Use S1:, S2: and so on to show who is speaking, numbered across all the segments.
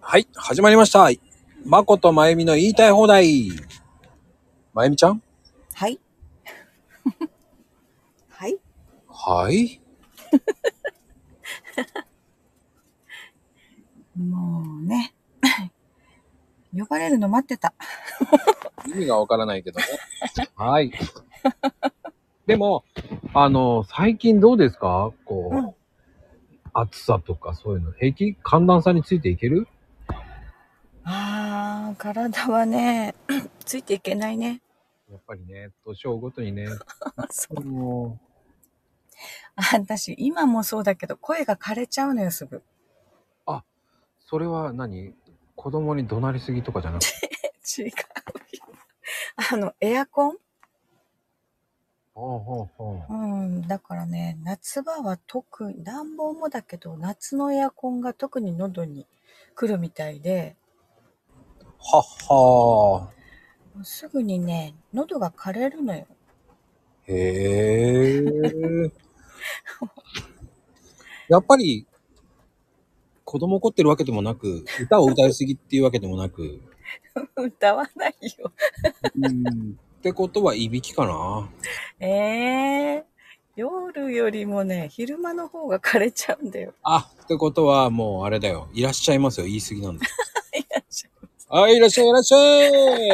S1: はい、始まりました。まことまゆみの言いたい放題。まゆみちゃん
S2: はい。 はい。
S1: はい。
S2: もうね。 呼ばれるの待ってた。
S1: 意味がわからないけどね。 はい。でも、あの、最近どうですかこう、
S2: うん
S1: 暑さとかそういうの。平気寒暖差についていける
S2: ああ、体はね、 ついていけないね。
S1: やっぱりね、年を追うごとにね、
S2: そう
S1: も
S2: あ私、今もそうだけど、声が枯れちゃうのよ、すぐ。
S1: う、それは何子供に怒鳴りすぎとかじゃなくて。
S2: 違うよ。 あの、エアコン
S1: ほうほうほう
S2: うん、だからね、夏場は特に、暖房もだけど、夏のエアコンが特に喉に来るみたいで、
S1: はっは
S2: もうすぐにね、喉が枯れるのよ。
S1: ー。へえ。 やっぱり、子供怒ってるわけでもなく、歌を歌いすぎっていうわけでもなく。
S2: 歌わないよ。
S1: うんってことは、いびきかな。
S2: ええ夜よりもね、昼間の方が枯れちゃうんだよ。
S1: あ、ってことは、もうあれだよ。いらっしゃいますよ。 言い過ぎなんだよ。
S2: いやちょ
S1: はい、いらっしゃい、いらっしゃ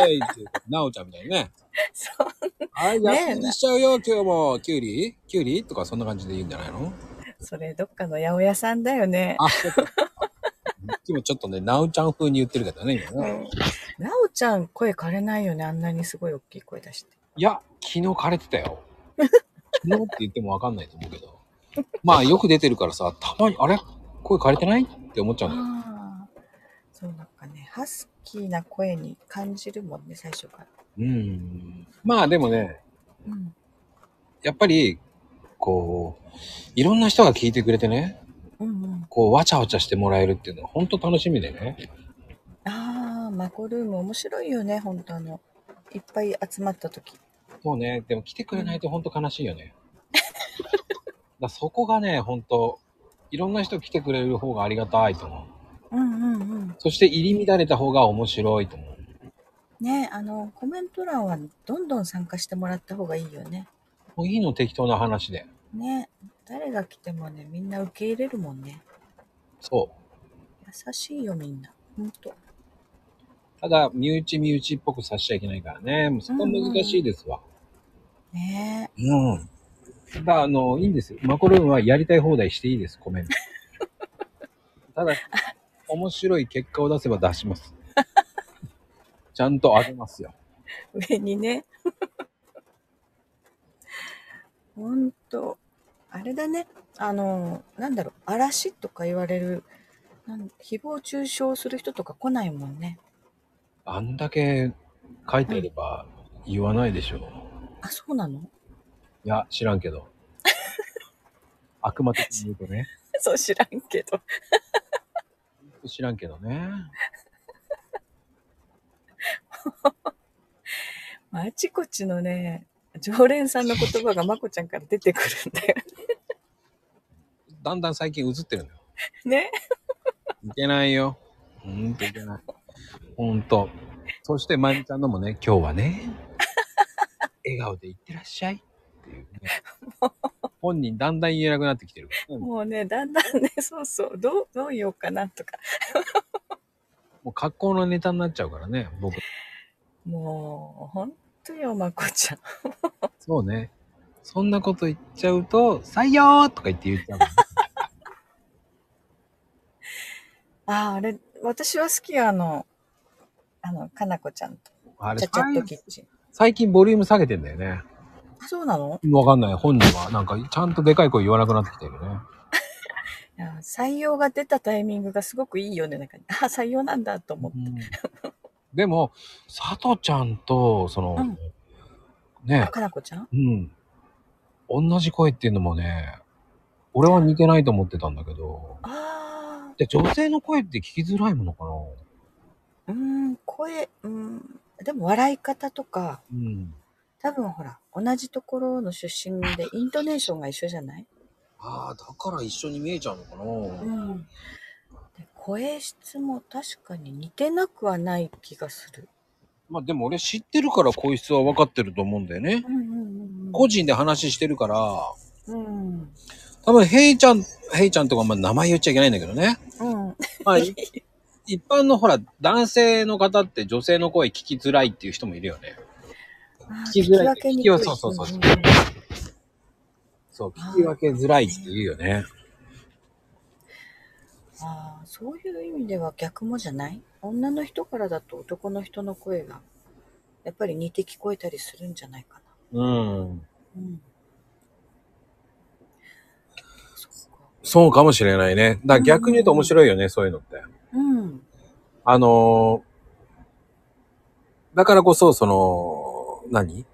S1: いっていうなおちゃんみたいにね。
S2: そう
S1: はい、
S2: ねえ
S1: 安くにしちゃうよ、今日も。キュウリキュウリとか、そんな感じで言うんじゃないの
S2: それどっかの八百屋さんだよね。
S1: あ、そう か。今ちょっとね、なおちゃん風に言ってるけどね、今
S2: う
S1: ね。
S2: んなおちゃん声枯れないよね。あんなにすごい大きい声出して。
S1: いや、昨日枯れてたよ。昨日って言ってもわかんないと思うけど。まあ、よく出てるからさ、たまに、あれ声枯れてないって思っちゃうんだよ。
S2: ああ。そうなんかね、ハスキーな声に感じるもんね、最初から。
S1: うん。まあ、でもね、
S2: うん。
S1: やっぱり、こう、いろんな人が聞いてくれてね、
S2: うんうん。
S1: こう、わちゃわちゃしてもらえるっていうのは、ほんと楽しみでね。
S2: ああ、マコルーム面白いよね、本当あの。いっぱい集まった時。
S1: そうね、でも来てくれないとほんと悲しいよね。 だそこがね、ほんと、いろんな人来てくれる方がありがたいと思う。
S2: うんうんうん。
S1: そして入り乱れた方が面白いと思う。
S2: ねあの、コメント欄はどんどん参加してもらった方がいいよね。
S1: もういいの適当な話で。
S2: ね誰が来てもねみんな受け入れるもんね
S1: そ
S2: 優しいよみんなほんと
S1: う。ただ、身内身内っぽくさせちゃいけないからね。もうそこは難しいですわ。
S2: ね
S1: うん。ただ、あの、いいんですよ。マコルームはやりたい放題していいです、コメン ト。ただ、面白い結果を出せば出します。ちゃんとあげますよ。
S2: 上にね ほんとあれだねあのなんだろう嵐とか言われるなん誹謗中傷する人とか来ないもんね
S1: あんだけ書いてれば言わないでしょう。
S2: あそうなの
S1: いや、知らんけ ど。悪魔的に言うとね。
S2: そう知らんけど
S1: 知らんけどね。
S2: まああちこちのね常連さんの言葉がまこちゃんから出てくるんだよ
S1: だんだん最近映ってるのよ。
S2: ね
S1: いけないよ。ほんといけない。ほんと。そして、まゆみちゃんのもね、今日はね、笑顔でいってらっしゃいっていうね。本人だんだん言えなくなってきてるからね、も
S2: もうねだんだんねそうそうどうどう言おうかなとか
S1: う格好のネタになっちゃうからね、僕。
S2: もう、ほんとよ、まこちゃん。
S1: そうね。そんなこと言っちゃうと、採用とか言って言っちゃうもんね、
S2: ああ、あれ、私は好きよ、あの、あの、かなこちゃんと、
S1: あれ
S2: ちゃちゃっとキッチン。
S1: 最近ボリューム下げてんだよね。
S2: あ、そうなの
S1: わかんない。本人は、なんか、ちゃんとでかい声言わなくなってきてるね。
S2: いや採用が出たタイミングがすごくいいよね、なんか、あ採用なんだと思って。
S1: でも、佐藤ちゃんと、その、
S2: うん
S1: ね
S2: あ、、かなこちゃん
S1: うん。同じ声っていうのもね、俺は似てないと思ってたんだけど、
S2: ああ、
S1: で、女性の声って聞きづらいものかな
S2: うーん、声、うーん、でも笑い方とか、
S1: うん。
S2: 多分ほら、同じところの出身で、イントネーションが一緒じゃない
S1: ああ、だから一緒に見えちゃうのかな、
S2: うん。で声質も確かに似てなくはない気がする。
S1: まあでも俺知ってるからこいつは分かってると思うんだよね。
S2: うんうんうん。
S1: 個人で話してるから、
S2: うん。
S1: 多分ヘイちゃん、ヘイちゃんとかまあ名前言っちゃいけないんだけどね。
S2: うん。
S1: まあい一般のほら、男性の方って女性の声聞きづらいっていう人もいるよね。き
S2: 聞
S1: づらい
S2: に
S1: 聞き
S2: くい
S1: はそうそうそうそう
S2: うん
S1: そう、聞き分けづらいって言うよね。
S2: ああ、そういう意味では逆もじゃない女の人からだと男の人の声がやっぱり似て聞こえたりするんじゃないか
S1: うん。
S2: な。うん。そっか。
S1: そうかもしれないね。だから逆に言うと面白いよね、そういうのって。
S2: うん。
S1: あのーだからこそ、その、何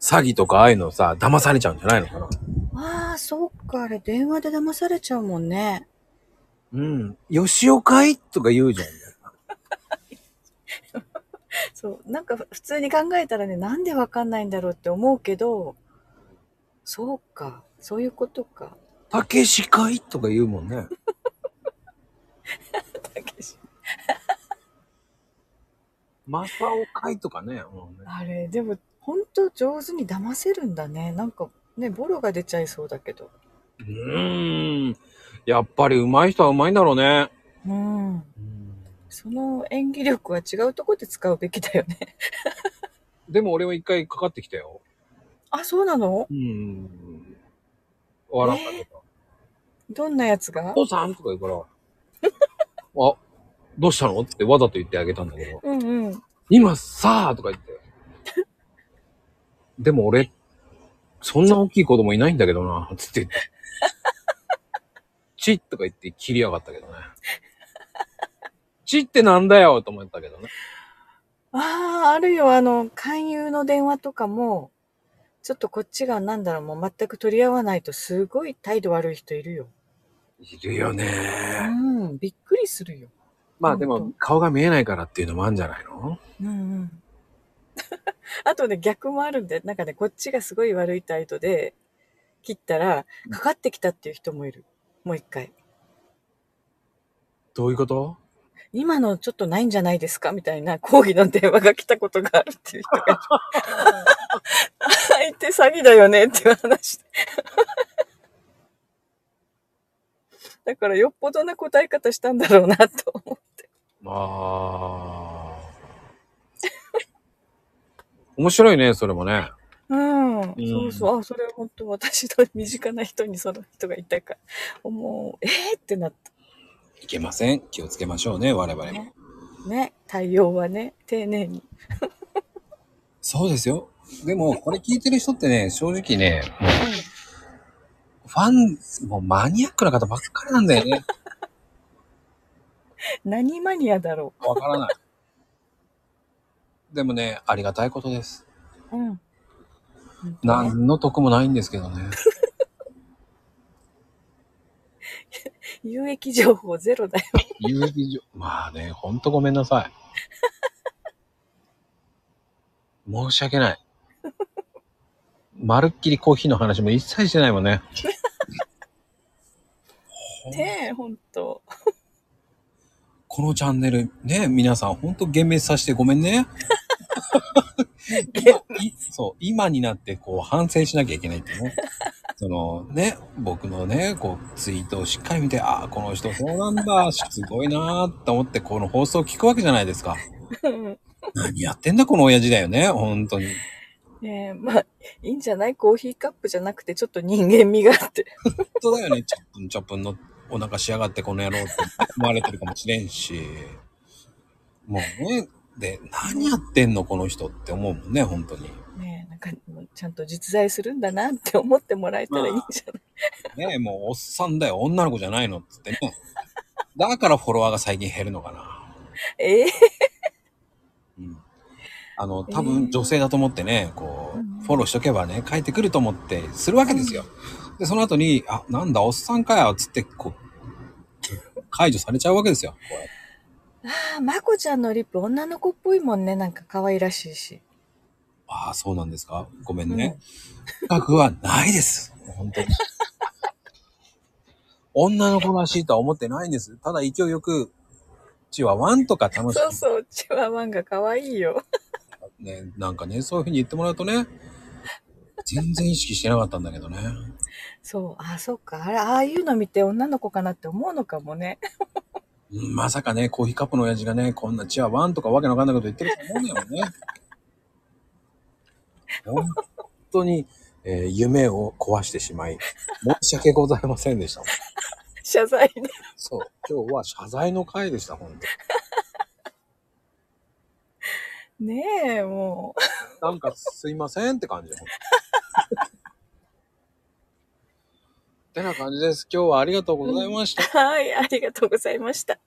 S1: 詐欺とかああいうのさ、騙されちゃうんじゃないのかな
S2: ああ、そっか。あれ、電話で騙されちゃうもんね。
S1: うん。吉岡いとか言うじゃん。
S2: そう。なんか、普通に考えたらね、なんでわかんないんだろうって思うけど、そうか。そういうことか。
S1: たけしかいとか言うもん ね。
S2: たけし
S1: まさおかいとかね。うん
S2: あれ、でも、ほんと上手に騙せるんだね。なんか、ね、ボロが出ちゃいそうだけど。
S1: うーん。やっぱり上手い人は上手いんだろうね。
S2: うん。その演技力は違うとこで使うべきだよね。
S1: でも俺は一回かかってきたよ。
S2: あ、そうなの
S1: うん。笑ったとか。
S2: どんなやつが
S1: お父さんとか言うから、 あ、どうしたのってわざと言ってあげたんだけど、
S2: うんうん。
S1: 今さあとか言って。 でも俺、そんな大きい子供いないんだけどな、つって言って。チッとか言って切りやがったけ どね。チってなんだよと思ったけどね。
S2: ああ、あるよ。あの、勧誘の電話とかも、ちょっとこっちがなんだろう、もう全く取り合わないとすごい態度悪い人いるよ。
S1: いるよ
S2: う
S1: ね。
S2: ん、びっくりするよ。
S1: まあで
S2: 本
S1: も顔が見えないからっていうのもあるんじゃないの
S2: うんうん。 あとね、逆もあるんで、なんかね、こっちがすごい悪い態度で切ったら、かかってきたっていう人もいる。もう一回。
S1: どういうこと
S2: 今のちょっとないんじゃないですかみたいな抗議の電話が来たことがあるっていう人 がいる。相手詐欺だよねっていう話で。だからよっぽどな答え方したんだろうなと思って。
S1: ああ。 面白いね、それもね。
S2: うん。
S1: ん
S2: そうそう。あ、それ本当私の身近な人にその人がいたから。もう、えー、ってなっ
S1: いけません。気をつけましょうね、我々
S2: たね。ね。対応はね、丁寧に。
S1: そうですよ。でも、これ聞いてる人ってね、正直ね、もう、ファン、もうマニアックな方ばっかりなんだよね。
S2: 何マニアだろ
S1: わからない。でもね、ありがたいことです。
S2: う。うん。
S1: 何の得もないんですけどね。
S2: 有益情報ゼロだよ。
S1: 有益上、 まあね、ほんとごめんなさい。 申し訳ない。 まるっきりコーヒーの話も一切してないもんね。
S2: ねえ、本当
S1: このチャンネル、ね、皆さんほんと幻滅させてごめんね。今いそう、今になってこう反省しなきゃいけないっていうね。 そのね、僕のね、こうツイートをしっかり見て、ああ、この人そうなんだ、すごいなーと思ってこの放送を聞くわけじゃないですか。
S2: うん
S1: 何やってんだこの親父だよね、本当に。
S2: ねえ、まあ、いいんじゃないコーヒーカップじゃなくて、ちょっと人間味があって。
S1: 本当だよね、チャップンチャップンのお腹しやがってこの野郎って思われてるかもしれんし。もうね、で、何やってんのこの人って思うもんね、本当に。
S2: ねえ、なんか、ちゃんと実在するんだなって思ってもらえたらいいんじゃない、
S1: ねもうおっさんだよ、女の子じゃないのっつってね。だからフォロワーが最近減るのかな。
S2: ええ
S1: うん。あの、
S2: えー
S1: 多分女性だと思ってね、こ
S2: うんうん
S1: う、フォローしとけばね、帰ってくると思ってするわけですよ。で、その後に、あ、なんだ、おっさんかよ、つって、こう、解除されちゃうわけですよ。こうやって
S2: ああ、まこちゃんのリップ女の子っぽいもんね。なんか可愛らしいし。
S1: ああ、そうなんですかごめん
S2: うん
S1: ね。企画はないです。本当に。女の子らしいとは思ってないんです。ただ勢いよく、チワワンとか楽し
S2: そうそう、チワワンが可愛いよ。
S1: い。ね、なんかね、そういうふうに言ってもらうとね、全然意識してなかったんだけどね。
S2: そう、あ、そうか。あれ、ああいうの見て女の子かなって思うのかもね。
S1: うんまさかね、コーヒーカップの親父がね、こんなチワワンとかわけのわかんないこと言ってると思うんだよね。本当に、えー夢を壊してしまい、申し訳ございませんでした。
S2: 謝罪ね。
S1: そう、今日は謝罪の回でした、本
S2: ねえ、も
S1: 当なんかすいませ んって感じ。てな感じです。今日はありがとうございました。
S2: う。はい、ありがとうございました。